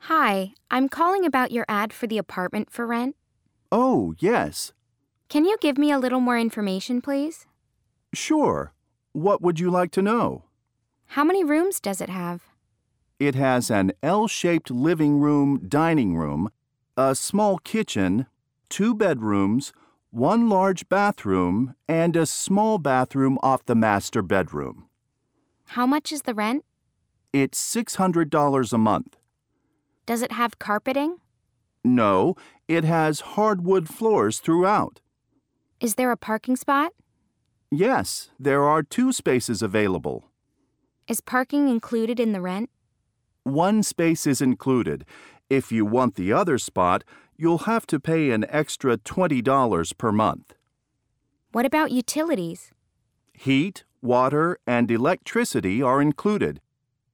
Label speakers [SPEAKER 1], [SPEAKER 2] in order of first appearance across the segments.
[SPEAKER 1] Hi, I'm calling about your ad for the apartment for rent.
[SPEAKER 2] Oh, yes.
[SPEAKER 1] Can you give me a little more information, please?
[SPEAKER 2] Sure. What would you like to know?
[SPEAKER 1] How many rooms does it have?
[SPEAKER 2] It has an L shaped living room, dining room, a small kitchen, two bedrooms, one large bathroom, and a small bathroom off the master bedroom.
[SPEAKER 1] How much is the rent?
[SPEAKER 2] It's $600 a month.
[SPEAKER 1] Does it have carpeting?
[SPEAKER 2] No, it has hardwood floors throughout.
[SPEAKER 1] Is there a parking spot?
[SPEAKER 2] Yes, there are two spaces available.
[SPEAKER 1] Is parking included in the rent?
[SPEAKER 2] One space is included. If you want the other spot, you'll have to pay an extra $20 per month.
[SPEAKER 1] What about utilities?
[SPEAKER 2] Heat, water, and electricity are included.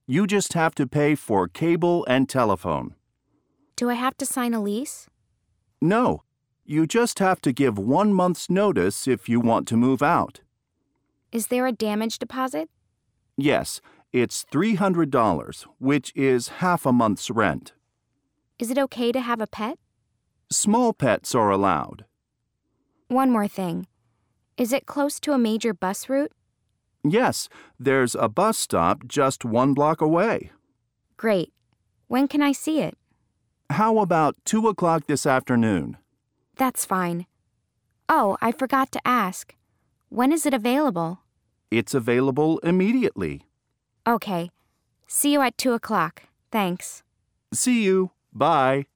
[SPEAKER 2] You just have to pay for cable and telephone.
[SPEAKER 1] Do I have to sign a lease?
[SPEAKER 2] No, you just have to give one month's notice if you want to move out.
[SPEAKER 1] Is there a damage deposit?
[SPEAKER 2] Yes, it's $300, which is half a month's rent.
[SPEAKER 1] Is it okay to have a pet?
[SPEAKER 2] Small pets are allowed.
[SPEAKER 1] One more thing. Is it close to a major bus route?
[SPEAKER 2] Yes, there's a bus stop just one block away.
[SPEAKER 1] Great. When can I see it?
[SPEAKER 2] How about 2 o'clock this afternoon?
[SPEAKER 1] That's fine. Oh, I forgot to ask. When is it available?
[SPEAKER 2] It's available immediately.
[SPEAKER 1] Okay. See you at 2 o'clock. Thanks.
[SPEAKER 2] See you. Bye.